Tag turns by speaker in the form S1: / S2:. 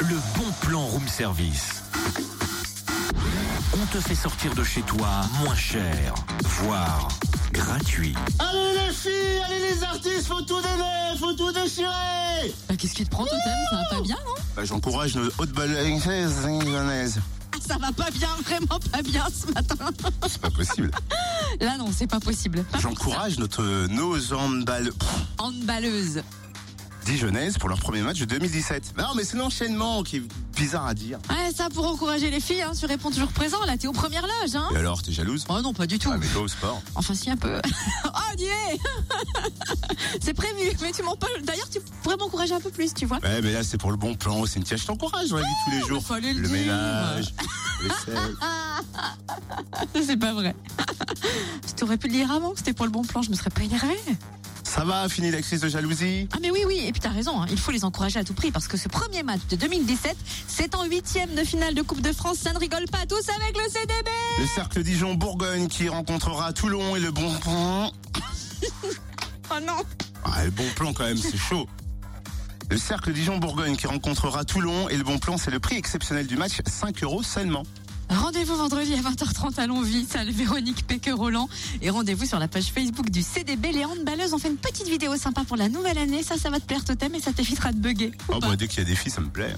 S1: le bon plan room service. On te fait sortir de chez toi moins cher, voire gratuit.
S2: Allez les filles, allez les artistes, faut tout donner, faut tout déchirer
S3: Bah, Qu'est-ce qui te prend, Totem Ça va pas bien, non
S2: bah, J'encourage nos hautes balanceuses libanaises.
S3: Ah, Ça va pas bien, vraiment pas bien ce matin.
S2: C'est pas possible.
S3: Là, non, c'est pas possible. Pas pour
S2: J'encourage notre, euh, nos handball... pff,
S3: ça. Handballeuse.
S2: dijonnaises pour leur premier match de 2017. Bah Non mais c'est l'enchaînement qui est bizarre à dire.
S3: Ouais, ça pour encourager les filles, hein, tu réponds toujours présent. Là, t'es aux premières loges, hein
S2: Et alors, t'es jalouse
S3: Oh non, pas du tout.
S2: Ah mais go au sport.
S3: Enfin, si, un peu. oh, on y est C'est prévu, mais tu m'en parles. D'ailleurs, tu pourrais m'encourager un peu plus, tu vois.
S2: Ouais mais là c'est pour le bon plan, Cynthia, je t'encourage dans la vie de tous les jours.
S3: Oh, fallait le dire.
S2: ménage, le sel.
S3: C'est pas vrai. tu t'aurais pu le dire avant que c'était pour le bon plan, je me serais pas énervée.
S2: Ça va, fini la crise de jalousie
S3: Ah mais oui, oui, et puis t'as raison, hein, il faut les encourager à tout prix parce que ce premier match de 2017, c'est en huitième de finale de Coupe de France, ça ne rigole pas tous avec le CDB
S2: Le cercle Dijon-Bourgogne qui rencontrera Toulon et le bon plan...
S3: Oh non
S2: Ah, le bon plan quand même, c'est chaud. Le cercle Dijon-Bourgogne qui rencontrera Toulon et le bon plan, c'est le prix exceptionnel du match, 5 euros seulement.
S3: Rendez-vous vendredi à 20h30 à Longwy, salle Véronique Péqueux-Roland. Et rendez-vous sur la page Facebook du CDB. Les handballeuses ont fait une petite vidéo sympa pour la nouvelle année. Ça, ça va te plaire, Totem, et ça t'évitera de bugger.
S2: Oh, bah, Ah, dès qu'il y a des filles, ça me plaît. hein.